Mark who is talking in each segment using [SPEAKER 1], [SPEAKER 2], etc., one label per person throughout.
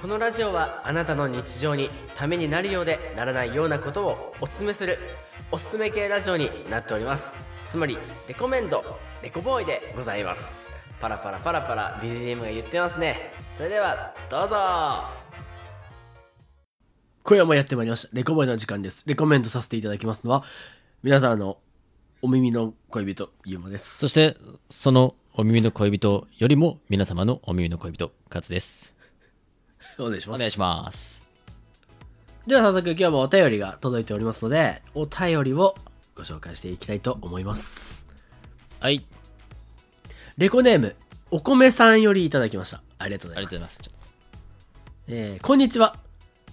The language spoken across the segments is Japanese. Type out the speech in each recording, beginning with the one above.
[SPEAKER 1] このラジオはあなたの日常にためになるようでならないようなことをおすすめするおすすめ系ラジオになっておりますつまりレコメンドレコボーイでございますパラパラパラパラ BGM が言ってますねそれではどうぞ今夜もやってまいりましたレコボーイの時間ですレコメンドさせていただきますのは皆さんのお耳の恋人ゆうまです
[SPEAKER 2] そして、そのお耳の恋人よりも皆様のお耳の恋人、カズです。
[SPEAKER 1] お願いし
[SPEAKER 2] お
[SPEAKER 1] ます
[SPEAKER 2] 願いします。
[SPEAKER 1] では早速今日もお便りが届いておりますのでお便りをご紹介していきたいと思います
[SPEAKER 2] はい、
[SPEAKER 1] レコネームお米さんよりいただきましたありがとうご
[SPEAKER 2] あ
[SPEAKER 1] ざい
[SPEAKER 2] り
[SPEAKER 1] ま
[SPEAKER 2] が
[SPEAKER 1] す
[SPEAKER 2] とうございます。
[SPEAKER 1] えーこんにちは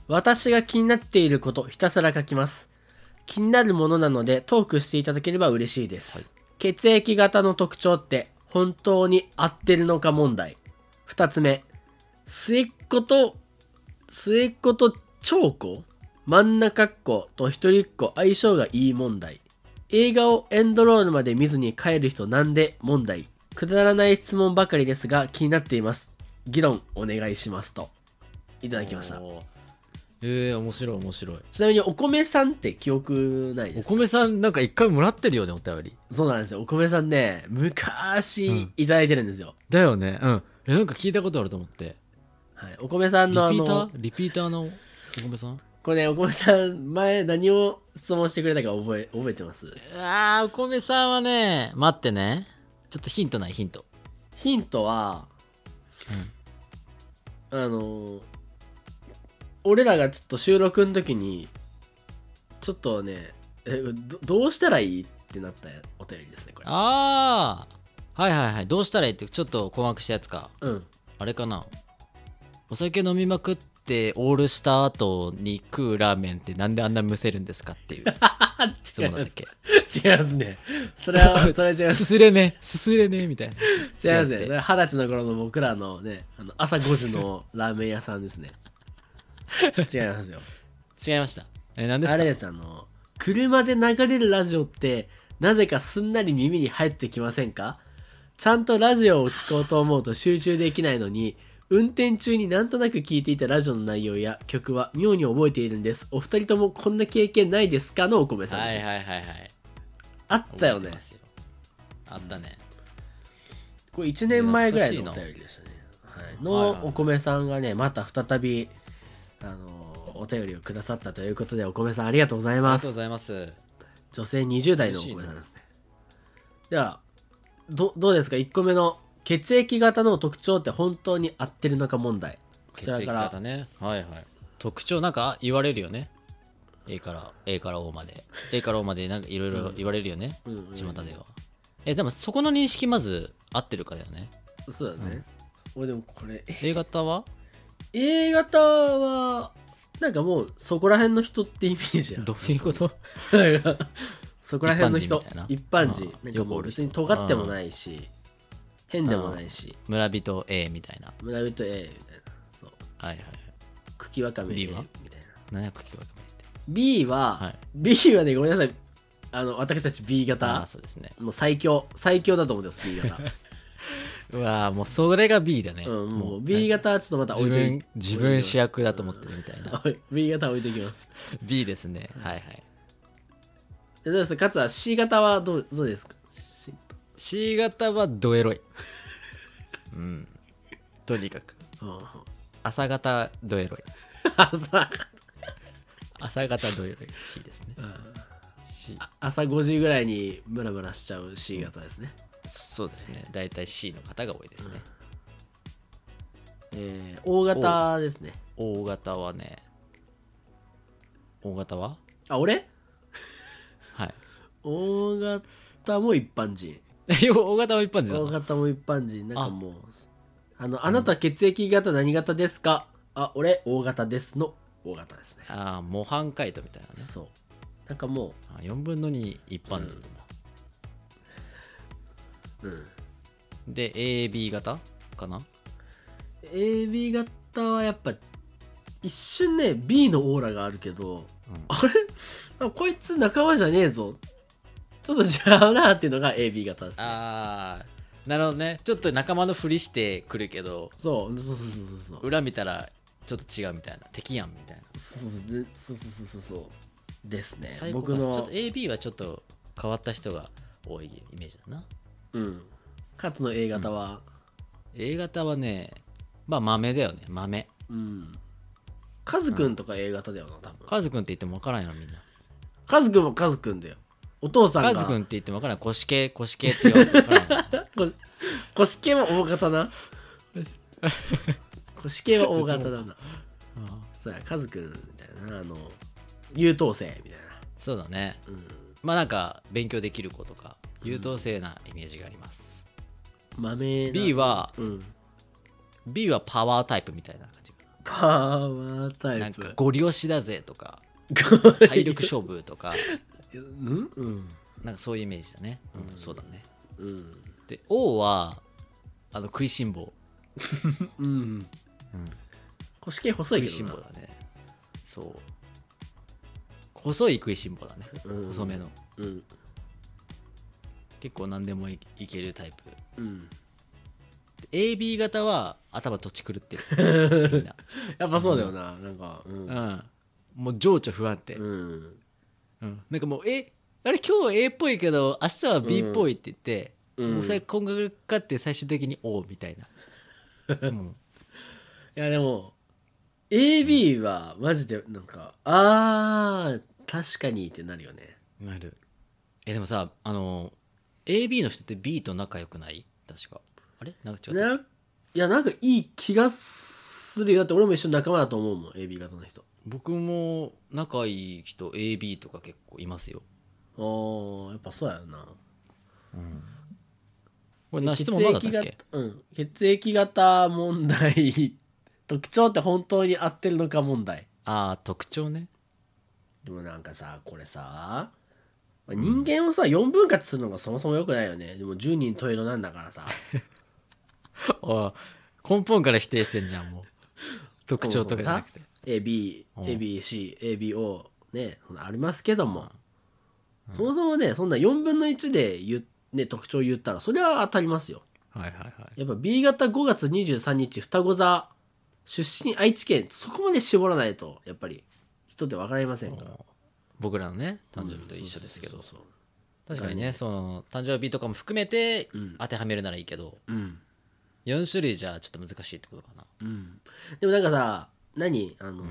[SPEAKER 1] 私が気になっていることひたすら書きます気になるものなのでトークしていただければ嬉しいです、血液型の特徴って本当に合ってるのか問題2つ目末っ子と末っ子と長子真ん中っ子と一人っ子相性がいい問題映画をエンドロールまで見ずに帰る人なんで問題くだらない質問ばかりですが気になっています議論お願いしますといただきました
[SPEAKER 2] おー。えー、面白い面白い。
[SPEAKER 1] ちなみにお米さんって記憶ないで
[SPEAKER 2] お
[SPEAKER 1] すか
[SPEAKER 2] 米さん、なんか一回もらってるよね、お便り。
[SPEAKER 1] そうなんですよお米さんね昔
[SPEAKER 2] うん
[SPEAKER 1] いただいてるんですよ、
[SPEAKER 2] だよね。うん。え、なんか聞いたことあると思って。
[SPEAKER 1] はい、お米さん
[SPEAKER 2] リピ
[SPEAKER 1] のあ
[SPEAKER 2] ーター
[SPEAKER 1] の
[SPEAKER 2] リピーターのお米さん
[SPEAKER 1] これねお米さん前何を質問してくれたか覚え覚えてます
[SPEAKER 2] あー、お米さんはね、待ってね。ちょっとヒントない、ヒント。
[SPEAKER 1] ヒントは、あの俺らがちょっと収録の時にちょっとねえどどうしたらいいってなったお便りですねこれ
[SPEAKER 2] あー、はいはいはい。どうしたらいいって、ちょっと困惑したやつか。
[SPEAKER 1] うん
[SPEAKER 2] あれかなお酒飲みまくってオールした後に食うラーメンってなんであんなむせるんですかっていう
[SPEAKER 1] あ
[SPEAKER 2] 質
[SPEAKER 1] 違い
[SPEAKER 2] 問
[SPEAKER 1] ま
[SPEAKER 2] だった
[SPEAKER 1] す
[SPEAKER 2] っけ
[SPEAKER 1] 違いますねそれはそれは違います
[SPEAKER 2] すれねすすれねみたいな
[SPEAKER 1] す違います
[SPEAKER 2] 違
[SPEAKER 1] ね
[SPEAKER 2] うって
[SPEAKER 1] それは二十歳の頃の僕らのねあの朝5時の ラーメン屋さんですね違いますよ
[SPEAKER 2] 違いましたえ何で
[SPEAKER 1] あれ
[SPEAKER 2] した
[SPEAKER 1] ですあの車で流れるラジオってなぜかすんなり耳に入ってきませんかちゃんとラジオを聞こうと思うと集中できないのに運転中になんとなく聞いていたラジオの内容や曲は妙に覚えているんですお二人ともこんな経験ないですかのお米さんで
[SPEAKER 2] は
[SPEAKER 1] す、
[SPEAKER 2] いはいはいはい
[SPEAKER 1] あったよね
[SPEAKER 2] 覚えてますあったね
[SPEAKER 1] これ1年前ぐらいのお
[SPEAKER 2] 懐かしいな
[SPEAKER 1] 便りでしたね、はい、
[SPEAKER 2] はいはい
[SPEAKER 1] のお米さんがねまた再びあのお便りをくださったということでお米さんありがとうござい
[SPEAKER 2] あり
[SPEAKER 1] ま
[SPEAKER 2] がと
[SPEAKER 1] す
[SPEAKER 2] うございます
[SPEAKER 1] 女性20代のお米さんですねではどどうですか1個目の血液型の特徴って本当に合ってるのか問題こち
[SPEAKER 2] 血
[SPEAKER 1] ら
[SPEAKER 2] 液
[SPEAKER 1] から
[SPEAKER 2] 型ねはいはい特徴なんか言われるよね A から A から O まで A から O までなんかいろいろ言われるよね
[SPEAKER 1] うんうんうん
[SPEAKER 2] 巷ではえでもそこの認識まず合ってるかだよね
[SPEAKER 1] そうだね、俺でもこれ
[SPEAKER 2] A 型は
[SPEAKER 1] A 型はなんかもうそこら辺の人ってイメージや
[SPEAKER 2] どういうこと
[SPEAKER 1] なんか そこら辺の人一
[SPEAKER 2] 一
[SPEAKER 1] 般人
[SPEAKER 2] 般人
[SPEAKER 1] な
[SPEAKER 2] みたいなん
[SPEAKER 1] かもう別に尖ってもないし変でもないし
[SPEAKER 2] 村人 A みたいな。
[SPEAKER 1] 村人 A みたいなそう
[SPEAKER 2] はいはい。
[SPEAKER 1] 茎わかめ A み
[SPEAKER 2] B
[SPEAKER 1] たい
[SPEAKER 2] は
[SPEAKER 1] な
[SPEAKER 2] 700聞こえ
[SPEAKER 1] B は、
[SPEAKER 2] はい
[SPEAKER 1] B はねごめんなさいあの私たち B
[SPEAKER 2] ああ、
[SPEAKER 1] 型
[SPEAKER 2] そうですね。
[SPEAKER 1] もう最強最強だと思うんです B 型、
[SPEAKER 2] うわーもうそれが B だね。
[SPEAKER 1] うん、もう
[SPEAKER 2] なん
[SPEAKER 1] B
[SPEAKER 2] か
[SPEAKER 1] 型はちょっとまた置
[SPEAKER 2] 自
[SPEAKER 1] いとい
[SPEAKER 2] 分
[SPEAKER 1] て、
[SPEAKER 2] 自分主役だと思ってるみたいな。
[SPEAKER 1] B 型は 置いておきます
[SPEAKER 2] B ですね。はいはい。
[SPEAKER 1] でどうですかつは C 型はどうどうですか C
[SPEAKER 2] C 型はドエロい。うん。とにかく。
[SPEAKER 1] うん うん
[SPEAKER 2] 朝型ドエロい。
[SPEAKER 1] 朝
[SPEAKER 2] 朝型ドエロい。C ですね。C。
[SPEAKER 1] 朝5時ぐらいにムラムラしちゃう C 型ですね、
[SPEAKER 2] そうですね。大体 C の方が多いですね。
[SPEAKER 1] えー、O 型ですね
[SPEAKER 2] O 型はね。O 型は
[SPEAKER 1] あ俺
[SPEAKER 2] はい。
[SPEAKER 1] O 型も一般人
[SPEAKER 2] いや O 型は一般人な
[SPEAKER 1] O
[SPEAKER 2] の
[SPEAKER 1] 型も一般人なんかもうあのあなた血液型何型ですか、あ俺 O 型ですの O 型ですね
[SPEAKER 2] ああ、模範解答みたいなね。
[SPEAKER 1] そうなんかも
[SPEAKER 2] あ4分の2一般人だ、
[SPEAKER 1] う、うん、
[SPEAKER 2] で AB 型かな
[SPEAKER 1] AB 型はやっぱ一瞬ね B のオーラがあるけど、
[SPEAKER 2] うん
[SPEAKER 1] あれあこいつ仲間じゃねえぞちょっと違うなっていうのが AB 型ですね
[SPEAKER 2] ああなるほどねちょっと仲間のふりしてくるけど
[SPEAKER 1] そうそうそうそうそう
[SPEAKER 2] 裏見たらちょっと違うみたいな敵やんみたいな
[SPEAKER 1] そうそうそうそうそうそうですね
[SPEAKER 2] サイコパ
[SPEAKER 1] 僕
[SPEAKER 2] ス
[SPEAKER 1] の
[SPEAKER 2] ちょっと AB はちょっと変わった人が多いイメージだな
[SPEAKER 1] うん勝の A 型は
[SPEAKER 2] A 型はねまあ豆だよね豆
[SPEAKER 1] うんカズくんとか A 型だよな多分
[SPEAKER 2] カズくんって言っても分からんよみんな
[SPEAKER 1] カズくんもカズくんだよお父さんが
[SPEAKER 2] カズくんって言っても分からん腰系腰系って言われて分からん よ
[SPEAKER 1] こ腰系は大型な腰系は大型だな
[SPEAKER 2] うん
[SPEAKER 1] そうやカズくんみたいなあの優等生みたいな
[SPEAKER 2] そうだね
[SPEAKER 1] うん
[SPEAKER 2] まあなんか勉強できる子とか優等生なイメージがあります、
[SPEAKER 1] 豆な
[SPEAKER 2] B は
[SPEAKER 1] うん、
[SPEAKER 2] B はパワータイプみたいな感じ
[SPEAKER 1] パワータ
[SPEAKER 2] な
[SPEAKER 1] イ
[SPEAKER 2] ん
[SPEAKER 1] プ
[SPEAKER 2] かゴリ押しだぜ とか体力勝負とか
[SPEAKER 1] うんうん
[SPEAKER 2] なんかそういうイメージだね、うんそうだね
[SPEAKER 1] うん
[SPEAKER 2] で O はあの食いしん坊
[SPEAKER 1] うん
[SPEAKER 2] うん
[SPEAKER 1] 腰系細い
[SPEAKER 2] 食い
[SPEAKER 1] け
[SPEAKER 2] しん
[SPEAKER 1] ど
[SPEAKER 2] 坊
[SPEAKER 1] な
[SPEAKER 2] だねそう細い食いしん坊だね、
[SPEAKER 1] うん
[SPEAKER 2] 細めの
[SPEAKER 1] うん
[SPEAKER 2] 結構何でもいいけるタイプ
[SPEAKER 1] うん
[SPEAKER 2] で AB 型は頭とっち狂って るみんな
[SPEAKER 1] やっぱそうだよな、なんかうん、
[SPEAKER 2] うんもう情緒不安定、
[SPEAKER 1] うん
[SPEAKER 2] うんなんかもうえあれ今日 A っぽいけど明日は B っぽいって言って、
[SPEAKER 1] うん
[SPEAKER 2] もうそれこんがらかって最終的に O みたい な、うん
[SPEAKER 1] いやでも AB はマジでなんかあー確かにってなるよね
[SPEAKER 2] なるえでもさあの AB の人って B と仲良くない確かあれなんか違っ
[SPEAKER 1] な
[SPEAKER 2] た
[SPEAKER 1] いやなんかいい気がするよだって俺も一緒に仲間だと思うもん AB 型の人
[SPEAKER 2] 僕も仲いい人 AB とか結構いますよ、
[SPEAKER 1] あーやっぱそうやな
[SPEAKER 2] これな質問まだだ
[SPEAKER 1] 血液
[SPEAKER 2] っけ
[SPEAKER 1] 型うん血液型問題特徴って本当に合ってるのか問題
[SPEAKER 2] ああ特徴ね
[SPEAKER 1] でもなんかさこれさまあ人間をさ4分割するのがそもそも良くないよねでも10人十色なんだからさ
[SPEAKER 2] あ根本から否定してんじ ゃんもう特徴とかじゃなくて
[SPEAKER 1] ABABCABO ねそんなありますけども、そもそもねそんな4分の1で言うね、特徴言ったらそれは当たりますよ
[SPEAKER 2] はいはいはい
[SPEAKER 1] やっぱ B 型5月23日双子座出身愛知県そこまで絞らないとやっぱり人って分かりませんから
[SPEAKER 2] 僕らのね誕生日と一緒ですけど、
[SPEAKER 1] うんそうそう
[SPEAKER 2] 確かにねその誕生日とかも含めて
[SPEAKER 1] うん
[SPEAKER 2] 当てはめるならいいけど、
[SPEAKER 1] そううん
[SPEAKER 2] 四4種類じゃちょっと難しいってことかな
[SPEAKER 1] うん、でもなんかさ何あの、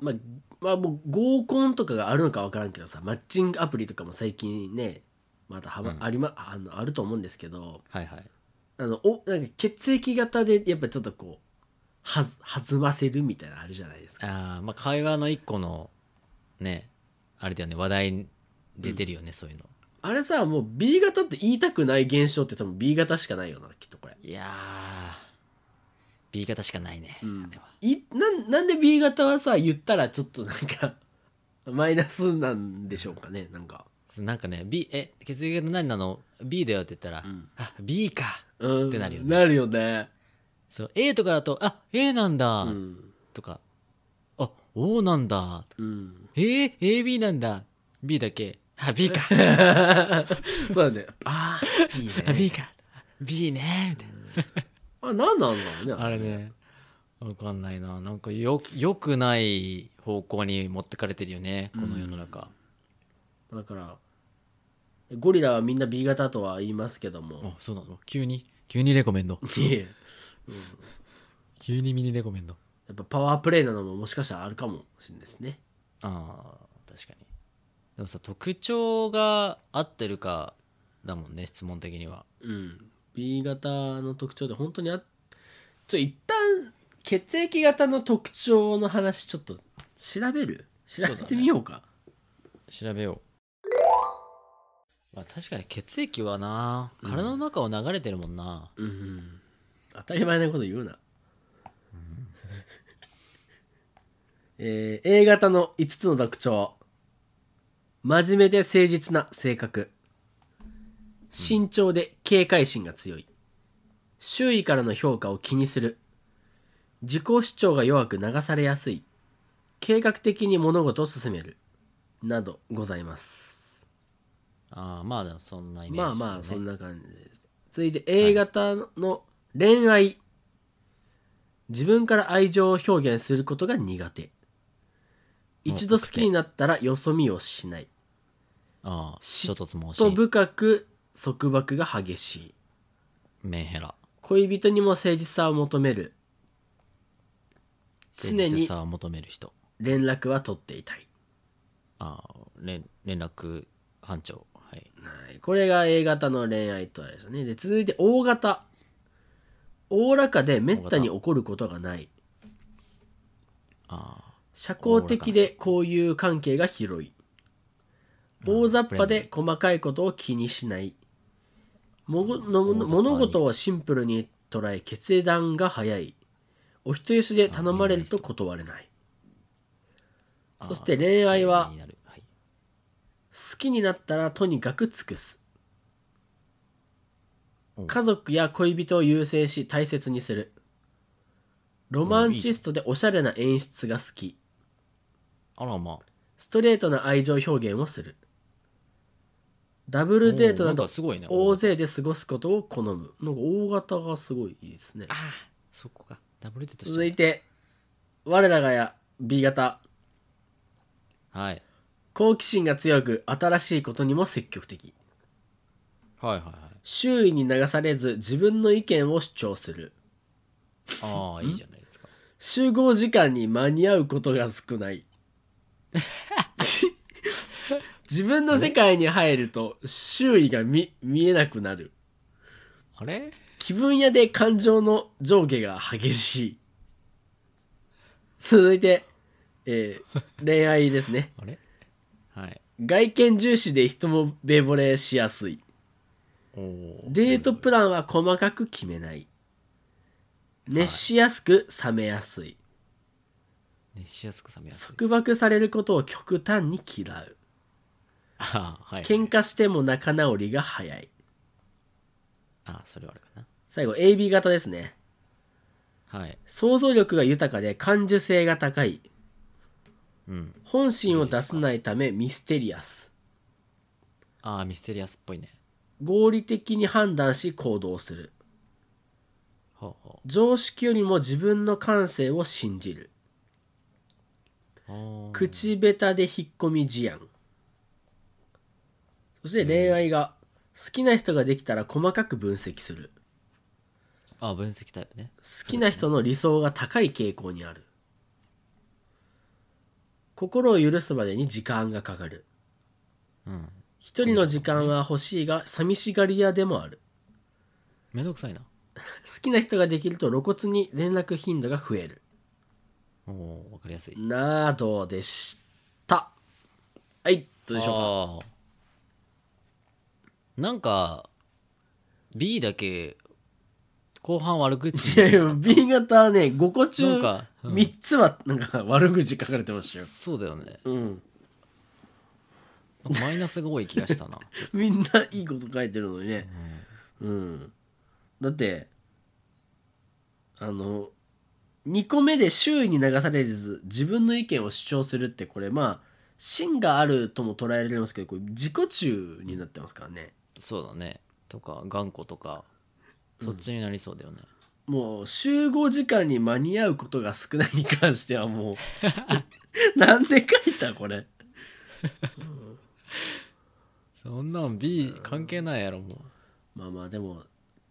[SPEAKER 1] まあまあもう合コンとかがあるのか分からんけどさマッチングアプリとかも最近ねまたはま、
[SPEAKER 2] うん
[SPEAKER 1] ありまあのあると思うんですけど
[SPEAKER 2] はいはい
[SPEAKER 1] あのおなんか血液型でやっぱちょっとこうはず弾ませるみたいなのあるじゃないですか
[SPEAKER 2] あーまあ会話の一個のねあれだよね話題で出るよね、そういうの
[SPEAKER 1] あれさもう B 型って言いたくない現象って多分 B 型しかないよなきっとこれ
[SPEAKER 2] いやー B 型しかないね、
[SPEAKER 1] ん
[SPEAKER 2] あれはい
[SPEAKER 1] なんなんで B 型はさ言ったらちょっとなんかマイナスなんでしょうかねなんか
[SPEAKER 2] なんかね B え血液型何なの B だよって言ったら、
[SPEAKER 1] ん
[SPEAKER 2] あ B か
[SPEAKER 1] うん
[SPEAKER 2] ってなるよね
[SPEAKER 1] なるよね
[SPEAKER 2] そう A とかだとあ A なんだ、
[SPEAKER 1] うん
[SPEAKER 2] とかあ O なんだ
[SPEAKER 1] うん
[SPEAKER 2] えー、AB なんだ B だけあ B か
[SPEAKER 1] そうだね。ああ、いい
[SPEAKER 2] あ
[SPEAKER 1] ね。
[SPEAKER 2] B か B ねみたい
[SPEAKER 1] あれ、何なんだろうね。
[SPEAKER 2] なあれねわかんないななんかよよくない方向に持ってかれてるよねこの世の中、
[SPEAKER 1] だから、ゴリラはみんな B 型とは言いますけども。
[SPEAKER 2] あそうなの急に急にレコメンド
[SPEAKER 1] いえ
[SPEAKER 2] 急にミニレコメンド
[SPEAKER 1] やっぱパワープレイなのももしかしたらあるかもしれないですね。
[SPEAKER 2] あー確かにでもさ特徴が合ってるかだもんね質問的には
[SPEAKER 1] うん。B 型の特徴で本当にあちょ、一旦、血液型の特徴の話ちょっと調べる調べてみようか。
[SPEAKER 2] 調べよう、まあ、確かに血液はな体の中を流れてるもんな、
[SPEAKER 1] うんうん。当たり前なこと言うな。 えー A 型の5つの特徴。真面目で誠実な性格。慎重で警戒心が強い。周囲からの評価を気にする。自己主張が弱く流されやすい。計画的に物事を進める。などございます。
[SPEAKER 2] あーまあでもそんなイメージ
[SPEAKER 1] まあまあ
[SPEAKER 2] です
[SPEAKER 1] そ
[SPEAKER 2] ね
[SPEAKER 1] んな感じです続いて A 型の恋愛、自分から愛情を表現することが苦手一度好きになったらよそ見をしない
[SPEAKER 2] ああ
[SPEAKER 1] 嫉
[SPEAKER 2] 衝突も
[SPEAKER 1] と
[SPEAKER 2] し
[SPEAKER 1] 深く束縛が激しい
[SPEAKER 2] メンヘラ
[SPEAKER 1] 恋人にも誠実さを求める常
[SPEAKER 2] 誠実
[SPEAKER 1] に
[SPEAKER 2] さを求める人
[SPEAKER 1] 連絡は取っていたい、
[SPEAKER 2] ああ連連絡班長はい
[SPEAKER 1] はい、これが A 型の恋愛とあれですよねで続いて O 型おおらかでめったに怒ることがない
[SPEAKER 2] ああ
[SPEAKER 1] 社交的で交友関係が広い大雑把で細かいことを気にしないもごの
[SPEAKER 2] 大雑把
[SPEAKER 1] 物事をシンプルに捉え決断が早いお人よしで頼まれると断れないそして恋愛は
[SPEAKER 2] 気になるはい
[SPEAKER 1] 好きになったらとにかく尽くす
[SPEAKER 2] お
[SPEAKER 1] 家族や恋人を優先し大切にするロマンチストでおしゃれな演出が好き
[SPEAKER 2] あらまあ
[SPEAKER 1] ストレートな愛情表現をするダブルデートな
[SPEAKER 2] おーん
[SPEAKER 1] ど
[SPEAKER 2] かすごいね
[SPEAKER 1] 大
[SPEAKER 2] おー
[SPEAKER 1] 勢で過ごすことを好むなんか大型がすごいいいですね
[SPEAKER 2] ああそこかダブルデートし
[SPEAKER 1] 続
[SPEAKER 2] ちゃ
[SPEAKER 1] いて我らがや B 型
[SPEAKER 2] うはい
[SPEAKER 1] 好奇心が強く新しいことにも積極的
[SPEAKER 2] はいはいはい
[SPEAKER 1] 周囲に流されず自分の意見を主張する
[SPEAKER 2] ああいいじゃないですか
[SPEAKER 1] 集合時間に間に合うことが少ない自分の世界に入ると周囲が見見えなくなる
[SPEAKER 2] あれ
[SPEAKER 1] 気分屋で感情の上下が激しい続いて、えー恋愛ですね
[SPEAKER 2] あれはい
[SPEAKER 1] 外見重視で人もベボレしやすい
[SPEAKER 2] おお
[SPEAKER 1] デートプランは細かく決めない熱しやすく冷めやすい
[SPEAKER 2] 熱しやすく冷めやすい
[SPEAKER 1] 束縛されることを極端に嫌う
[SPEAKER 2] ああはい
[SPEAKER 1] 喧嘩しても仲直りが早い
[SPEAKER 2] ああそれはあるかな
[SPEAKER 1] 最後 AB 型ですね
[SPEAKER 2] はい
[SPEAKER 1] 想像力が豊かで感受性が高い
[SPEAKER 2] うん
[SPEAKER 1] 本心を出さないためミステリアス
[SPEAKER 2] ああミステリアスっぽいね
[SPEAKER 1] 合理的に判断し行動する
[SPEAKER 2] ほうほ
[SPEAKER 1] 常識よりも自分の感性を信じる
[SPEAKER 2] うおー
[SPEAKER 1] 口下手で引っ込み思案そして恋愛が好きな人ができたら細かく分析する
[SPEAKER 2] ああ分析タイプね
[SPEAKER 1] 好きな人の理想が高い傾向にある心を許すまでに時間がかかる
[SPEAKER 2] うん
[SPEAKER 1] 一人の時間は欲しいが寂しがり屋でもある
[SPEAKER 2] めんどくさいな
[SPEAKER 1] 好きな人ができると露骨に連絡頻度が増える
[SPEAKER 2] おおわかりやすい
[SPEAKER 1] などでしたはいどうでしょうか
[SPEAKER 2] あーなんか B だけ後半悪口
[SPEAKER 1] いやいや B 型はね5個中
[SPEAKER 2] なんかうん
[SPEAKER 1] 3つはなんか悪口書かれてましたよ、
[SPEAKER 2] そうだよね
[SPEAKER 1] うん、
[SPEAKER 2] なんかマイナスが多い気がしたな
[SPEAKER 1] みんないいこと書いてるのにね、うん、だってあの2個目で周囲に流されず自分の意見を主張するってこれまあ芯があるとも捉えられますけどこれ自己中になってますからね
[SPEAKER 2] そうだねとか頑固とかそっちになりそうだよね、
[SPEAKER 1] もう集合時間に間に合うことが少ないに関してはもう なんで書いたこれ
[SPEAKER 2] そんなん B 関係ないやろも
[SPEAKER 1] まあまあでも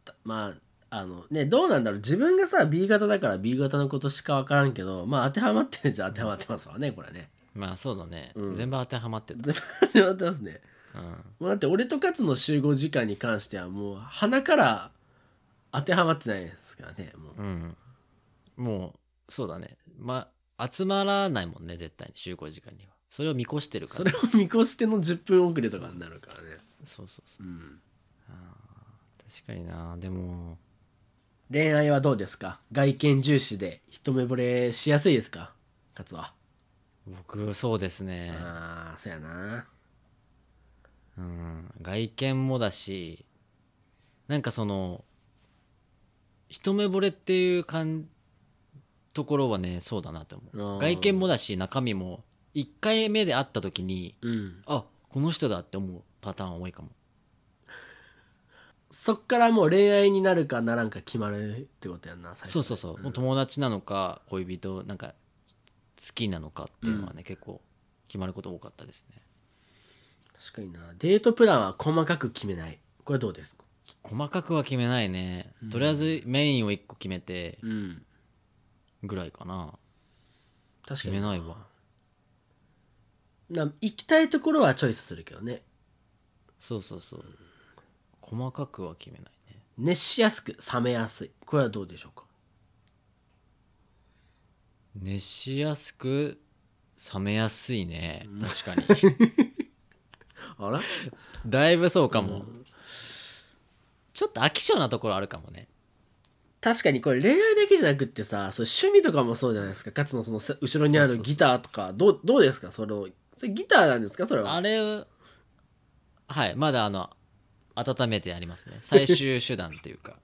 [SPEAKER 1] たまああのねどうなんだろう自分がさ B 型だから B 型のことしか分からんけどまあ当てはまってるじゃ当てはまってますわねこれね
[SPEAKER 2] うまあそうだね、
[SPEAKER 1] うん
[SPEAKER 2] 全部当てはまってた、
[SPEAKER 1] 全部当てはまってますね
[SPEAKER 2] うん、
[SPEAKER 1] もうだって俺と勝の集合時間に関してはもう鼻から当てはまってないですからねもう
[SPEAKER 2] うん。もう、そうだね。ま、集まらないもんね、絶対に、集合時間には。それを見越してるか
[SPEAKER 1] そ
[SPEAKER 2] ら。
[SPEAKER 1] れを見越しての10分遅れとかになるからね
[SPEAKER 2] そうそうそう。
[SPEAKER 1] うん
[SPEAKER 2] 確かにな。でも、
[SPEAKER 1] 恋愛はどうですか外見重視で一目惚れしやすいですか勝は、
[SPEAKER 2] 僕、そうですね。
[SPEAKER 1] ああそうやな
[SPEAKER 2] うん。外見もだし、なんかその、一目惚れっていう感、ところはね、そうだなと
[SPEAKER 1] あ
[SPEAKER 2] 思
[SPEAKER 1] ー
[SPEAKER 2] う。外見もだし、中身も、一回目で会った時に、
[SPEAKER 1] うん
[SPEAKER 2] あこの人だって思うパターンは多いかも
[SPEAKER 1] そっからもう恋愛になるかならんか決まるってことやんな最初
[SPEAKER 2] そうそうそう、もう友達なのか恋人なんか好きなのかっていうのはね、結構決まること多かったですね
[SPEAKER 1] 確かになデートプランは細かく決めないこれどうですか
[SPEAKER 2] 細かくは決めないね、とりあえずメインを1個決めて
[SPEAKER 1] うん
[SPEAKER 2] ぐらいかな
[SPEAKER 1] 確か
[SPEAKER 2] 決
[SPEAKER 1] に
[SPEAKER 2] めないわ
[SPEAKER 1] な行きたいところはチョイスするけどね
[SPEAKER 2] そうそうそう細かくは決めないね
[SPEAKER 1] 熱しやすく冷めやすいこれはどうでしょうか
[SPEAKER 2] 熱しやすく冷めやすいね確かに
[SPEAKER 1] あら
[SPEAKER 2] だいぶそうかも、ちょっと飽き性なところあるかもね
[SPEAKER 1] 確かにこれ恋愛だけじゃなくってさそう趣味とかもそうじゃないですかかつのそのせ後ろにあ
[SPEAKER 2] そ
[SPEAKER 1] る
[SPEAKER 2] うそうそう
[SPEAKER 1] ギターとかどうどうですかそのそれギターなんですかそれは
[SPEAKER 2] あれはいまだあの温めてありますね最終手段という か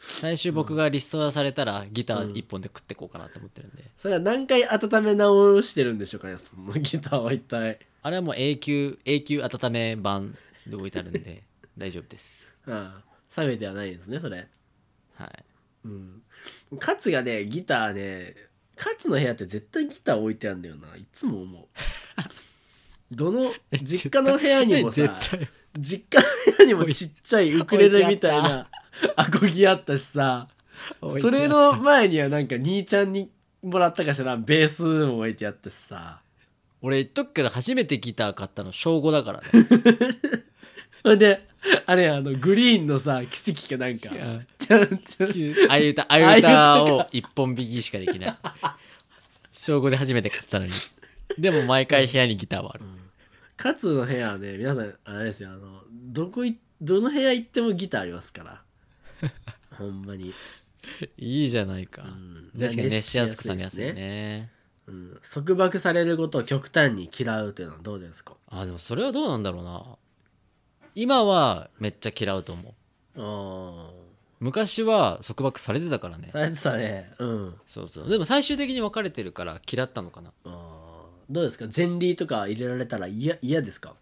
[SPEAKER 2] 最終僕がリストラされたらギター一本で食ってこうかなと思ってるんで、
[SPEAKER 1] それは何回温め直してるんでしょうかねそのギターは一体
[SPEAKER 2] あれはもう永久永久温め版で置いてあるんで 大丈夫です
[SPEAKER 1] ああ冷めてはないですねそれ
[SPEAKER 2] はい
[SPEAKER 1] うんカツがねギターねカツの部屋って絶対ギター置いてあるんだよないつも 思うどの実家の部屋にもさ
[SPEAKER 2] 絶対
[SPEAKER 1] 実家の部屋にもちっちゃいウクレレみたいなアコギあったしさ
[SPEAKER 2] 置いてあった
[SPEAKER 1] それの前にはなんか兄ちゃんにもらったかしらんベースも置いてあったしさ
[SPEAKER 2] 俺言っとくけど初めてギター買ったの小5だからね
[SPEAKER 1] それであれあのグリーンのさ奇跡かなんか
[SPEAKER 2] いや
[SPEAKER 1] ちゃんちゃん
[SPEAKER 2] ああいう歌ああいう
[SPEAKER 1] ああいう
[SPEAKER 2] 歌
[SPEAKER 1] 歌
[SPEAKER 2] を一本引きしかできない小5で初めて買ったのにでも毎回部屋にギターはある
[SPEAKER 1] カツの部屋はね皆さんあれですよあのどこいどの部屋行ってもギターありますからほんまに、
[SPEAKER 2] いいじゃないか、
[SPEAKER 1] ん
[SPEAKER 2] 確かに熱しやすく冷めやすいね
[SPEAKER 1] 熱しやすいですうん、束縛されることを極端に嫌うというのはどうですか
[SPEAKER 2] あでもそれはどうなんだろうな今はめっちゃ嫌うと思う
[SPEAKER 1] あ
[SPEAKER 2] 昔は束縛されてたからね
[SPEAKER 1] あされてたねうん
[SPEAKER 2] そうそうでも最終的に別れてるから嫌ったのかな
[SPEAKER 1] あーどうですか前例とか入れられたら嫌嫌ですか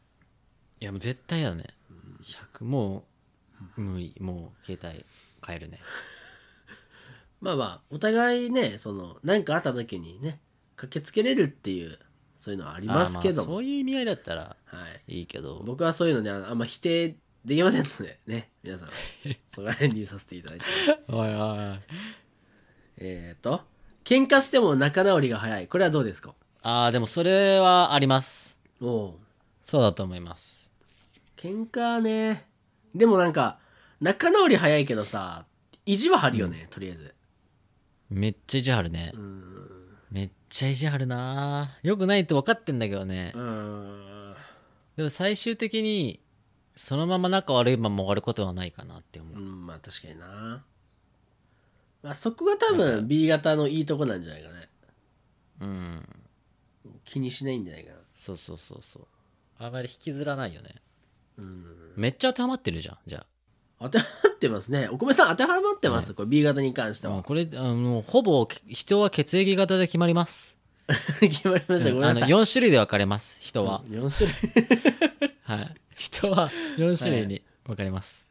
[SPEAKER 2] いやもう絶対やね100もう無理もう携帯変えるね
[SPEAKER 1] まあまあお互いねその何かあった時にね駆けつけれるっていうそういうのはありますけ
[SPEAKER 2] あ
[SPEAKER 1] ど
[SPEAKER 2] まあそ
[SPEAKER 1] も、
[SPEAKER 2] ういう意味合いだったら
[SPEAKER 1] はい、
[SPEAKER 2] いいけど
[SPEAKER 1] 僕はそういうのねああんま否定できませんのでね皆 さんそこら辺にさせていただいて
[SPEAKER 2] おいおいおい
[SPEAKER 1] えっ、ー、と喧嘩しても仲直りが早いこれはどうですか
[SPEAKER 2] ああでもそれはあります
[SPEAKER 1] おお
[SPEAKER 2] そうだと思います
[SPEAKER 1] 喧嘩ねでもなんか仲直り早いけどさ意地は張るよね、とりあえず
[SPEAKER 2] めっちゃ意地張るね
[SPEAKER 1] うん
[SPEAKER 2] めっちゃ意地張るなよくないって分かってんだけどね
[SPEAKER 1] うん
[SPEAKER 2] でも最終的にそのまま仲悪いまま終わることはないかなって思う、
[SPEAKER 1] うんまあ確かにな、まあ、そこが多分 B 型のいいとこなんじゃないかね
[SPEAKER 2] うん、
[SPEAKER 1] 気にしないんじゃないかな
[SPEAKER 2] そうそうそうそうあまり引きずらないよね
[SPEAKER 1] うん
[SPEAKER 2] めっちゃ当てはまってるじゃんじゃ
[SPEAKER 1] 当てはまってますねお米さん当てはまってます、これ B 型に関して
[SPEAKER 2] あ
[SPEAKER 1] は、
[SPEAKER 2] も うこれあのもうほぼ人は血液型で決まります
[SPEAKER 1] 決まりました。ごめ
[SPEAKER 2] うん
[SPEAKER 1] ん
[SPEAKER 2] あ
[SPEAKER 1] な
[SPEAKER 2] の
[SPEAKER 1] さい。
[SPEAKER 2] 4種類で分かれます人は、
[SPEAKER 1] 4種類。
[SPEAKER 2] はい人は4種類に分かれます、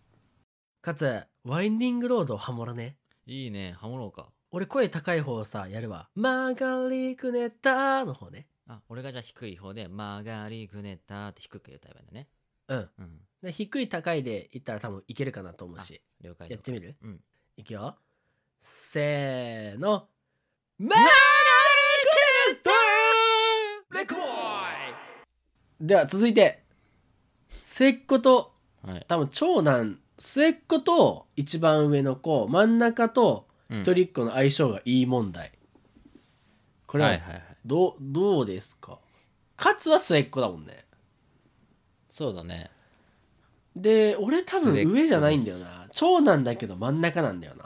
[SPEAKER 1] かつ、ワインディングロードをハモらね。
[SPEAKER 2] い、いねハモろうか
[SPEAKER 1] 俺声高い方をさ、やるわ。曲がりくねたの方ね。
[SPEAKER 2] あ俺がじゃあ低い方で「曲がりくねた」って低く歌えばいいんだね
[SPEAKER 1] うん。
[SPEAKER 2] うん
[SPEAKER 1] で低い高いでいったら多分いけるかなと思うし。
[SPEAKER 2] 了解
[SPEAKER 1] やってみる
[SPEAKER 2] うん
[SPEAKER 1] いくよ。せーの。曲がりくねたレコボイでは続いて、末っ子と、
[SPEAKER 2] はい
[SPEAKER 1] 多分長男、末っ子と一番上の子、真ん中と、
[SPEAKER 2] うん
[SPEAKER 1] 一人っ子の相性がいい問題これ
[SPEAKER 2] はい
[SPEAKER 1] は
[SPEAKER 2] はいはい
[SPEAKER 1] ど,、うどうですか勝は末っ子だもんね
[SPEAKER 2] そうだね
[SPEAKER 1] で俺多
[SPEAKER 2] 末っ
[SPEAKER 1] 分
[SPEAKER 2] 子
[SPEAKER 1] 上じゃないんだよな長男だけど真ん中なんだよな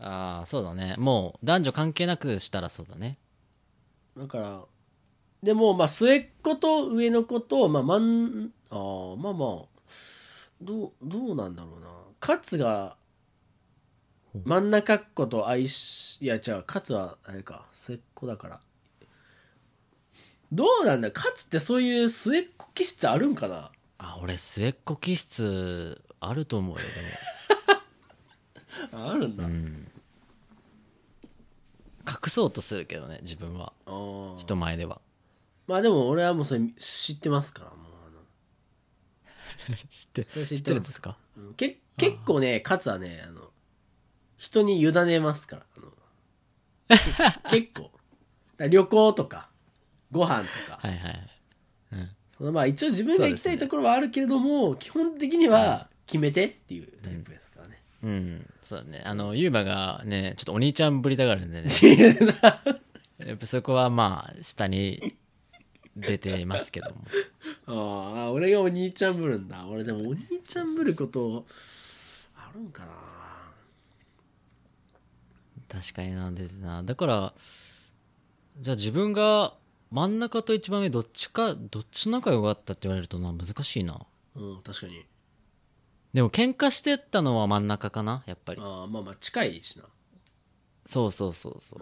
[SPEAKER 2] ああそうだねもう男女関係なくしたらそうだね
[SPEAKER 1] だからでもまあ末っ子と上の子とまあ真んあーまあまあどうどうなんだろうな勝が真ん中っ子と相しいや違う勝はあれか末っ子だからどうなんだ勝ってそういう末っ子気質あるんかな
[SPEAKER 2] あ俺末っ子気質あると思うよ
[SPEAKER 1] あるん
[SPEAKER 2] で
[SPEAKER 1] だ、あ
[SPEAKER 2] も、うん、隠そうとするけどね自分は
[SPEAKER 1] あ
[SPEAKER 2] 人前では
[SPEAKER 1] まあでも俺はもうそれ知ってますからもうあの
[SPEAKER 2] 知って
[SPEAKER 1] それ知
[SPEAKER 2] 知
[SPEAKER 1] っ
[SPEAKER 2] ってて
[SPEAKER 1] る
[SPEAKER 2] る
[SPEAKER 1] ん
[SPEAKER 2] ん
[SPEAKER 1] で
[SPEAKER 2] ですすか
[SPEAKER 1] うんけ結構ね勝はねあの人に委ねますからあ のけ結構だから旅行とかご飯とか、
[SPEAKER 2] はいはい
[SPEAKER 1] そのまあ一応自分が行きたいところはあるけれども、基本的には決めてっていうタイプですからね、
[SPEAKER 2] うんそうだねあのユーマがねちょっとお兄ちゃんぶりたがるんでねやっぱそこはまあ下に出ていますけども
[SPEAKER 1] ああ俺がお兄ちゃんぶるんだ俺でもお兄ちゃんぶることあるんかな
[SPEAKER 2] 確かになんですなだからじゃあ自分が真ん中と一番上どっちかどっち仲良かったって言われるとな難しいな
[SPEAKER 1] うん確かに
[SPEAKER 2] でも喧嘩してったのは真ん中かなやっぱり
[SPEAKER 1] ああまあまあ近いしな
[SPEAKER 2] そうそうそうそう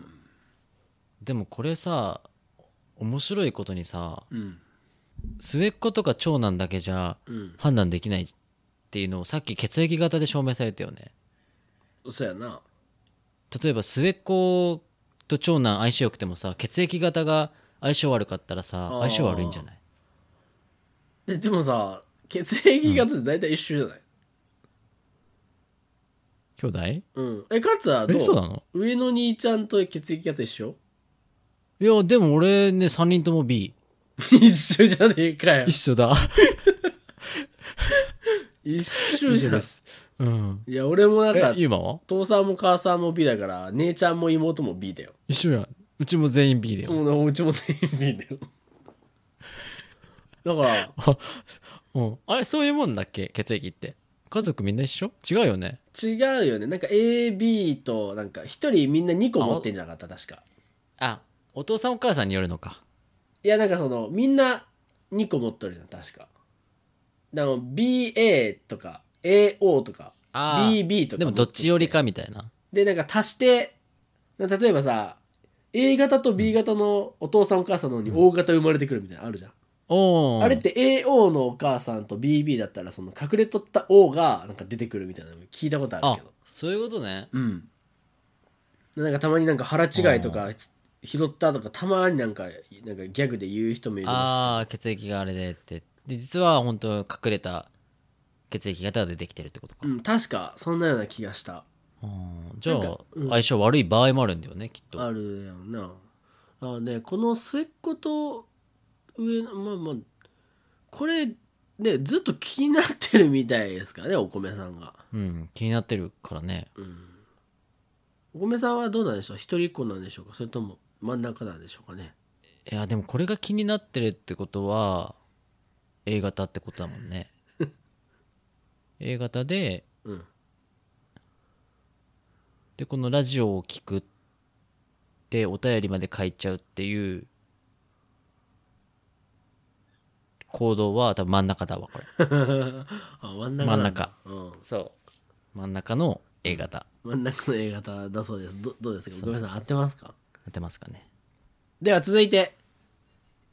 [SPEAKER 2] でもこれさ面白いことにさ
[SPEAKER 1] うん
[SPEAKER 2] 末っ子とか長男だけじゃ
[SPEAKER 1] うん
[SPEAKER 2] 判断できないっていうのをさっき血液型で証明されたよね
[SPEAKER 1] そうやな
[SPEAKER 2] 例えば末っ子と長男相性良くてもさ血液型が相性悪かったらさ
[SPEAKER 1] あー
[SPEAKER 2] 相性悪いんじゃない
[SPEAKER 1] ででもさ血液型って大体一緒じゃない
[SPEAKER 2] 兄弟
[SPEAKER 1] うん、え勝は
[SPEAKER 2] え
[SPEAKER 1] どう
[SPEAKER 2] そうなの
[SPEAKER 1] 上の兄ちゃんと血液型一緒
[SPEAKER 2] いやでも俺ね3人とも B
[SPEAKER 1] 一緒じゃねえかよ
[SPEAKER 2] 緒だ
[SPEAKER 1] 一緒
[SPEAKER 2] 一
[SPEAKER 1] じ
[SPEAKER 2] 緒
[SPEAKER 1] ゃん
[SPEAKER 2] ですうん
[SPEAKER 1] いや俺もなん
[SPEAKER 2] え
[SPEAKER 1] か
[SPEAKER 2] ユーマは
[SPEAKER 1] 父さんも母さんも B だから姉ちゃんも妹も B だよ
[SPEAKER 2] 一緒やんうちも全員 B だよ、
[SPEAKER 1] もううちも全員 B だよだから
[SPEAKER 2] うんあれそういうもんだっけ血液って家族みんな一緒違うよね
[SPEAKER 1] 違うよねなんか AB となんか一人みんな2個持ってんじゃなかった確か
[SPEAKER 2] あお父さんお母さんによるのか
[SPEAKER 1] いやなんかそのみんな2個持ってるじゃん確かだから BA とか AO とか
[SPEAKER 2] あー
[SPEAKER 1] BB とか
[SPEAKER 2] でもどっちよりかみたいな
[SPEAKER 1] でなんか足してな例えばさ A 型と B 型のお父さんお母さんの方に O 型生まれてくるみたいなのあるじゃん
[SPEAKER 2] おー
[SPEAKER 1] あれって AO のお母さんと BB だったらその隠れとった O がなんか出てくるみたいなの聞いたことあ
[SPEAKER 2] あ
[SPEAKER 1] るけど
[SPEAKER 2] そういうことね
[SPEAKER 1] うんなんかたまになんか腹違いとか拾ったとかたまになんかなんかギャグで言う人もいるま
[SPEAKER 2] ああ血液があれでってで実は本当隠れた血液型が出てきてるってことか、
[SPEAKER 1] すうん確かそんなような気がした
[SPEAKER 2] あーじゃ
[SPEAKER 1] なん
[SPEAKER 2] あ
[SPEAKER 1] か、うん
[SPEAKER 2] 相性悪い場合もあるんだよねきっと
[SPEAKER 1] あるやんなあのねこの末っ子と上のまあまあこれねずっと気になってるみたいですからねお米さんが
[SPEAKER 2] うん気になってるからね
[SPEAKER 1] お米さんはどうなんでしょう一人っ子なんでしょうかそれとも真ん中なんでしょうかね
[SPEAKER 2] いやでもこれが気になってるってことは A 型ってことだもんね A 型で
[SPEAKER 1] うん
[SPEAKER 2] でこのラジオを聞くでお便りまで書いちゃうっていう行動は多分真ん中だわこれ
[SPEAKER 1] あ真ん中なんだうん
[SPEAKER 2] そう真ん中の A 型
[SPEAKER 1] 真ん中の A 型だそうですどどうですかごめんなさん合ってますか
[SPEAKER 2] 当てますかね
[SPEAKER 1] では続いて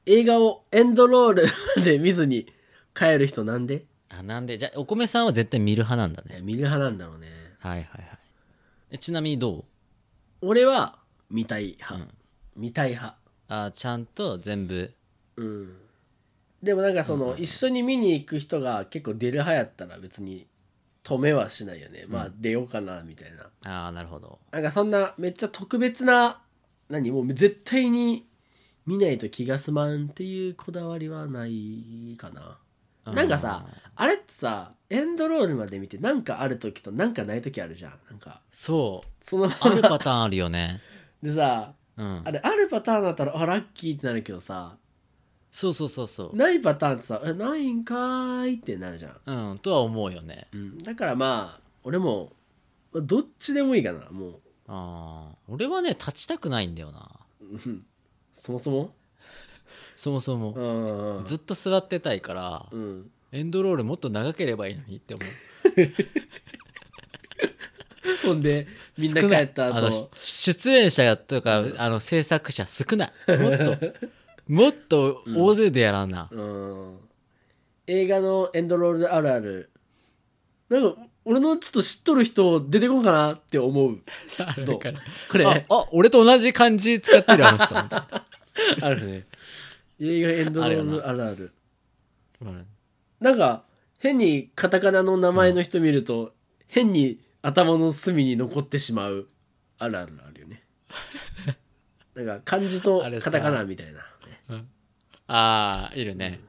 [SPEAKER 1] 映画をエンドロール まで見ずに帰る人なんで
[SPEAKER 2] あなんでじゃあお米さんは絶対見る派なんだ
[SPEAKER 1] い
[SPEAKER 2] ね
[SPEAKER 1] や見る派なんだろうね
[SPEAKER 2] はいはいはいえちなみにどう
[SPEAKER 1] 俺は見たい派、見たい派
[SPEAKER 2] あちゃんと全部
[SPEAKER 1] うんでもなんかその、一緒に見に行く人が結構出る派やったら別に止めはしないよね、まあ出ようかなみたいな
[SPEAKER 2] ああなるほど
[SPEAKER 1] なんかそんなめっちゃ特別な何もう絶対に見ないと気が済まんっていうこだわりはないかな、なんかさあれってさエンドロールまで見てなんかある時となんかない時あるじゃんなんか
[SPEAKER 2] そう
[SPEAKER 1] その
[SPEAKER 2] あるパターンあるよね
[SPEAKER 1] でさ
[SPEAKER 2] うん
[SPEAKER 1] あれあるパターンだったらあラッキーってなるけどさ
[SPEAKER 2] そうそうそうそう
[SPEAKER 1] ないパターンってさえないんかーいってなるじゃん、
[SPEAKER 2] うんとは思うよね
[SPEAKER 1] うん、だからまあ俺もどっちでもいいかなもう
[SPEAKER 2] ああ俺はね立ちたくないんだよな
[SPEAKER 1] そもそも
[SPEAKER 2] そもそも
[SPEAKER 1] うん
[SPEAKER 2] ずっと座ってたいから
[SPEAKER 1] うん
[SPEAKER 2] エンドロールもっと長ければいいのにって思う
[SPEAKER 1] ほんでみんな帰った
[SPEAKER 2] 少ないあのし
[SPEAKER 1] 後
[SPEAKER 2] 出演者とかあの制作者少ないもっともっと大勢でやらんな、
[SPEAKER 1] うん映画のエンドロールあるあるなんか俺のちょっと知っとる人出てこんかなって思うどうこれ
[SPEAKER 2] ああ俺と同じ漢字使ってるあの 人みたいな
[SPEAKER 1] あるね 映画エンドロ
[SPEAKER 2] あるよ
[SPEAKER 1] ール
[SPEAKER 2] な
[SPEAKER 1] あるある
[SPEAKER 2] うん
[SPEAKER 1] なんか変にカタカナの名前の人見ると、変に頭の隅に残ってしまうあるあるあるよねなんか漢字と
[SPEAKER 2] あれさ
[SPEAKER 1] カタカナみたいなね、
[SPEAKER 2] ああいるね、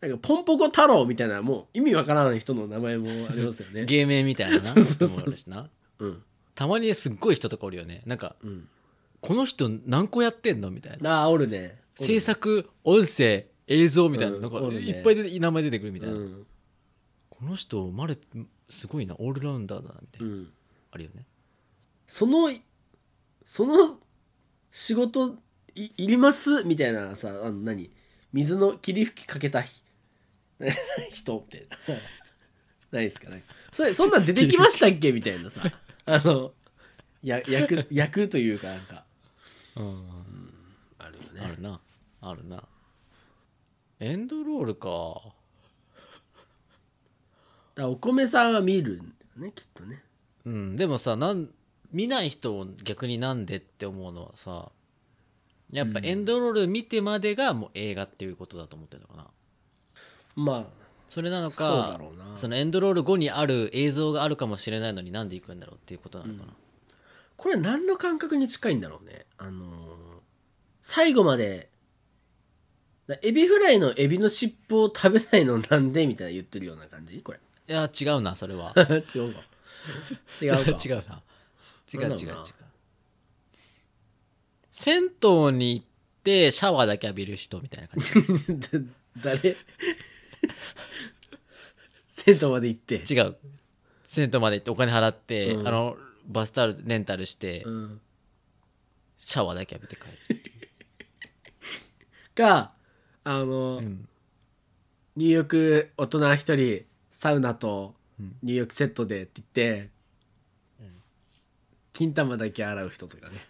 [SPEAKER 1] なんかポンポコ太郎みたいなもう意味わからない人の名前もありますよね
[SPEAKER 2] 芸名みたいなな
[SPEAKER 1] そうそうそう
[SPEAKER 2] 人もあるしな
[SPEAKER 1] うん
[SPEAKER 2] たまにすっごい人とかおるよねなんか
[SPEAKER 1] うん
[SPEAKER 2] この人何個やってんのみたいな
[SPEAKER 1] ああおるねおるね
[SPEAKER 2] 制作音声映像みたいな,、
[SPEAKER 1] うん
[SPEAKER 2] なんか
[SPEAKER 1] おるね
[SPEAKER 2] いっぱい出て名前出てくるみたいな、
[SPEAKER 1] うん
[SPEAKER 2] この人生まれすごいなオールラウンダーだなみたいうな、
[SPEAKER 1] ん
[SPEAKER 2] あるよね
[SPEAKER 1] そのその仕事いいりますみたいなさあの何水の霧吹きかけたひ 人みたいな ないですかねそれそんなん出てきましたっけみたいなさあのや役役というかなんか
[SPEAKER 2] うん
[SPEAKER 1] あるよ
[SPEAKER 2] あ
[SPEAKER 1] ね
[SPEAKER 2] るなあるなエンドロールか
[SPEAKER 1] だからお米さんは見るんだよねきっとね
[SPEAKER 2] うんでもさなん見ない人を逆になんでって思うのはさやっぱエンドロール見てまでがもう映画っていうことだと思ってるのかな
[SPEAKER 1] まあ
[SPEAKER 2] それなのか
[SPEAKER 1] そうだろうな
[SPEAKER 2] そのエンドロール後にある映像があるかもしれないのになんで行くんだろうっていうことなのかな、
[SPEAKER 1] これ何の感覚に近いんだろうねあのー最後までだエビフライのエビの尻尾を食べないのなんでみたいな言ってるような感じこれ
[SPEAKER 2] いや 違うなそれは
[SPEAKER 1] 違うか違うか
[SPEAKER 2] 違うな違う違
[SPEAKER 1] な
[SPEAKER 2] う
[SPEAKER 1] だろうな
[SPEAKER 2] ん違う銭湯に行ってシャワーだけ浴びる人みたいな感 じ
[SPEAKER 1] だ 誰銭湯まで行って
[SPEAKER 2] 違う銭湯まで行ってお金払って、
[SPEAKER 1] うん
[SPEAKER 2] あのバスタオルレンタルして、
[SPEAKER 1] うん
[SPEAKER 2] シャワーだけ浴びて帰る、
[SPEAKER 1] があのー、
[SPEAKER 2] うん
[SPEAKER 1] 入浴大人一人サウナと
[SPEAKER 2] うん
[SPEAKER 1] 入浴セットでって言って、
[SPEAKER 2] ん
[SPEAKER 1] 金玉だけ洗う人とかね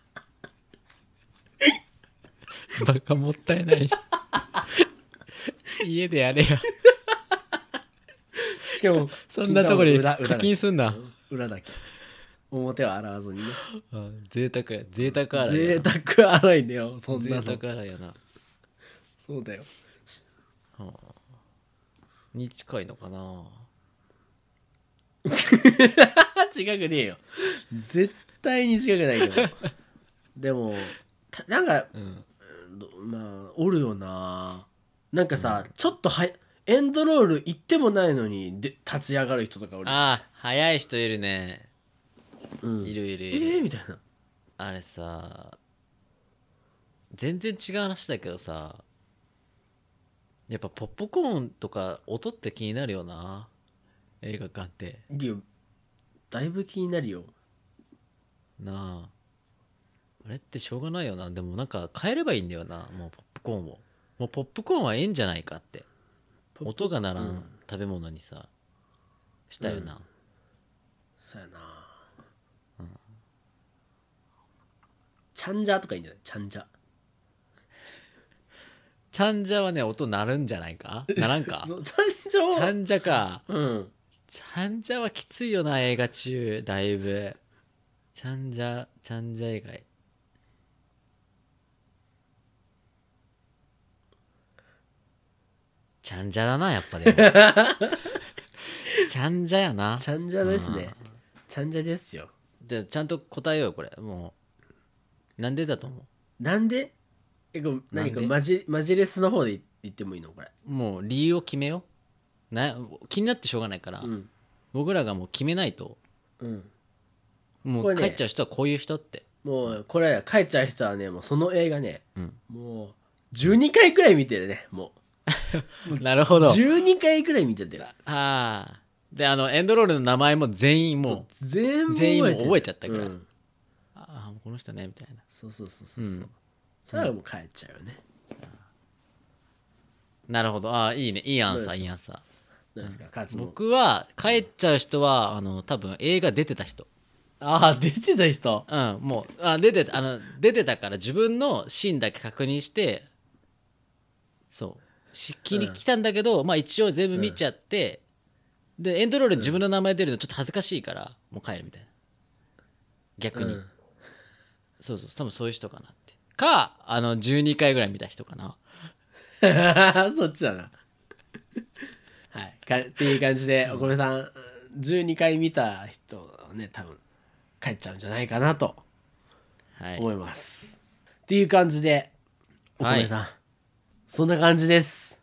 [SPEAKER 2] バカもったいない 家でやれよ
[SPEAKER 1] しかも
[SPEAKER 2] そんなとこに
[SPEAKER 1] 金玉は裏裏だ
[SPEAKER 2] 課金すんな、
[SPEAKER 1] 裏だけ表は洗わずにね
[SPEAKER 2] うん贅沢や贅沢洗いや
[SPEAKER 1] 贅
[SPEAKER 2] な
[SPEAKER 1] 沢洗いだよそんな
[SPEAKER 2] 贅
[SPEAKER 1] の
[SPEAKER 2] 沢洗いやな
[SPEAKER 1] そう だよ
[SPEAKER 2] に近いのかな
[SPEAKER 1] 近くねえよ絶対に近くないけど でもたなんか
[SPEAKER 2] うん
[SPEAKER 1] どまあおるよななんかさ、ちょっとはやエンドロール行ってもないのにで立ち上がる人とかおる
[SPEAKER 2] ああ早い人いるね
[SPEAKER 1] うん
[SPEAKER 2] いるいる
[SPEAKER 1] え
[SPEAKER 2] いる
[SPEAKER 1] ー、みたいな
[SPEAKER 2] あれさ全然違う話だけどさやっぱポップコーンとか音って気になるよな映画館って
[SPEAKER 1] いるよだいぶ気になるよ
[SPEAKER 2] なああれってしょうがないよなでもなんか変えればいいんだよなもうポップコーンをもうポップコーンはええんじゃないかって
[SPEAKER 1] ポップ
[SPEAKER 2] 音が鳴ら
[SPEAKER 1] うん
[SPEAKER 2] ん食べ物にさしたよな、
[SPEAKER 1] そうやな、チャンジャーとかいいんじゃないチャンジャー
[SPEAKER 2] ちゃんじゃはね音鳴るんじゃないかならんか
[SPEAKER 1] そうチャンジ
[SPEAKER 2] ち
[SPEAKER 1] ャー
[SPEAKER 2] ゃ
[SPEAKER 1] は
[SPEAKER 2] んじゃか
[SPEAKER 1] うん
[SPEAKER 2] ちゃんじゃはきついよな映画中だいぶちゃんじゃちゃんじゃ以外ちゃんじゃだなやっぱでもちゃんじゃやな
[SPEAKER 1] チャンジャーですねチャンジャーですよ
[SPEAKER 2] でちゃんと答えようよこれもうなんでだと思
[SPEAKER 1] なんでえこう何か
[SPEAKER 2] なんで
[SPEAKER 1] マジマジレスの方で言ってもいいのこれ
[SPEAKER 2] うもう理由を決めような気になってしょうがないから、
[SPEAKER 1] うん
[SPEAKER 2] 僕らがもう決めないと
[SPEAKER 1] うん
[SPEAKER 2] も
[SPEAKER 1] こ
[SPEAKER 2] う
[SPEAKER 1] れ
[SPEAKER 2] 帰
[SPEAKER 1] ね
[SPEAKER 2] っちゃう人はこういう人って、
[SPEAKER 1] もうこれ帰っちゃう人はねもうその映画ね
[SPEAKER 2] うん、
[SPEAKER 1] もう12回くらい見てるねも
[SPEAKER 2] なるほ
[SPEAKER 1] う
[SPEAKER 2] ど
[SPEAKER 1] 12回くらい見ちゃってる
[SPEAKER 2] ああであのエンドロールの名前も全員もう
[SPEAKER 1] 全部
[SPEAKER 2] 全員も
[SPEAKER 1] てる
[SPEAKER 2] 覚えちゃったぐらい
[SPEAKER 1] うん
[SPEAKER 2] ああもうこの人ねみたいな
[SPEAKER 1] そうそうそうそうそううんそれはもう帰っちゃうよね
[SPEAKER 2] なるほどああいいねいいアン
[SPEAKER 1] ど
[SPEAKER 2] サ
[SPEAKER 1] う
[SPEAKER 2] ー
[SPEAKER 1] ですか
[SPEAKER 2] いいアンサー
[SPEAKER 1] どうですか勝つの
[SPEAKER 2] 僕は帰っちゃう人はあの多分映画出てた人
[SPEAKER 1] ああ出てた人
[SPEAKER 2] うんもうあ出てたあの出てたから自分のシーンだけ確認してそうしっきり来たんだけど、まあ一応全部見ちゃって、でエンドロールに自分の名前出るのちょっと恥ずかしいからもう帰るみたいな逆に、
[SPEAKER 1] うん
[SPEAKER 2] そうそう多分そういう人かなってかあの12回ぐらい見た人かな
[SPEAKER 1] そっちだな。はい。かっていう感じで、お米さん、12回見た人はね、多分、帰っちゃうんじゃないかなと
[SPEAKER 2] はい
[SPEAKER 1] 思います。っていう感じで、お
[SPEAKER 2] はい
[SPEAKER 1] 米さん、そんな感じです。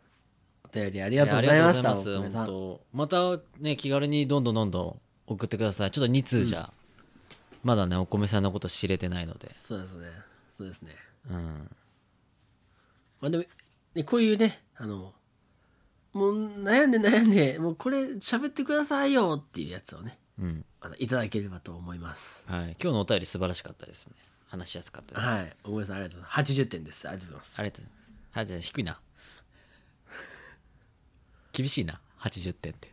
[SPEAKER 1] お便りありがとうございました。
[SPEAKER 2] ありがとう
[SPEAKER 1] お米
[SPEAKER 2] ござい
[SPEAKER 1] さ
[SPEAKER 2] ま
[SPEAKER 1] ん
[SPEAKER 2] す本当またね気軽にどんどんどんどん送ってくださいちょっと2通じゃ、まだねお米さんのこと知れてないので
[SPEAKER 1] そうですね。そうですね。
[SPEAKER 2] うん
[SPEAKER 1] まあでも、ね、こういうね、あの、もう悩んで悩んで、もうこれ喋ってくださいよっていうやつをね、
[SPEAKER 2] うん
[SPEAKER 1] またいただければと思います。
[SPEAKER 2] はい今日のお便り素晴らしかったですね話しやすかったです、
[SPEAKER 1] はい。お米さんありがとうございます。80点です。ありがとうございます。
[SPEAKER 2] ありがとうはいじゃあ低い な厳しいな80点って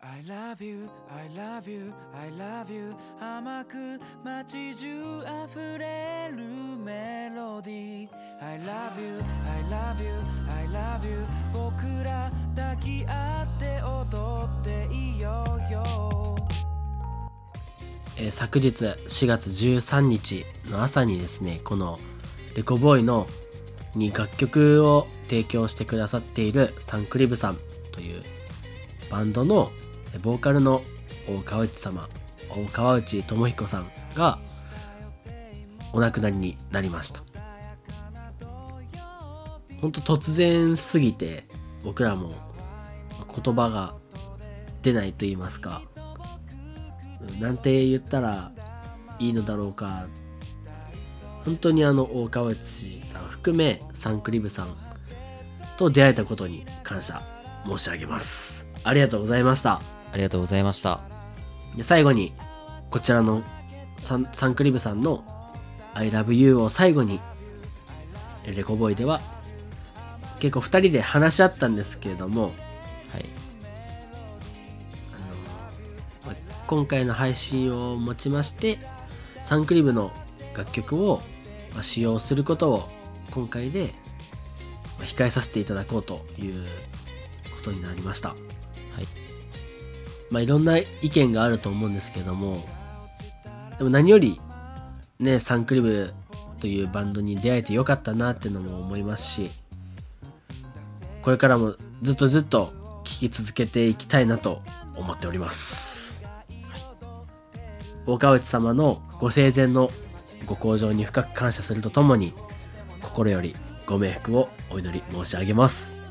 [SPEAKER 3] I love you, I love you, I love you 甘く街中あふれるメロディー I love you, I love you, I love you 僕ら抱き合って踊っていようよ
[SPEAKER 1] えー昨日4月13日の朝にですね、このレコボーイのに楽曲を提供してくださっているサンクリブさんというバンドのえーボーカルの大川内様、大川内智彦さんがお亡くなりになりました。ほんと突然すぎて僕らも言葉が出ないと言いますかなんて言ったらいいのだろうか本当にあの大川内さん含めサンクリブさんと出会えたことに感謝申し上げますありがとうございました
[SPEAKER 2] ありがとうございました
[SPEAKER 1] で最後にこちらのサンサンクリブさんの「ILOVEYOU」を最後にレコボーイでは結構2人で話し合ったんですけれども
[SPEAKER 2] はい
[SPEAKER 1] あのまあ今回の配信をもちましてサンクリブの楽曲をまあ使用することを今回でまあ控えさせていただこうということになりました、はいまあ、いろんな意見があると思うんですけどもでも何よりねサンクリブというバンドに出会えてよかったなってのも思いますしこれからもずっとずっと聞き続けていきたいなと思っております、大川内様のご生前のご向上に深く感謝するとともに心よりご冥福をお祈り申し上げます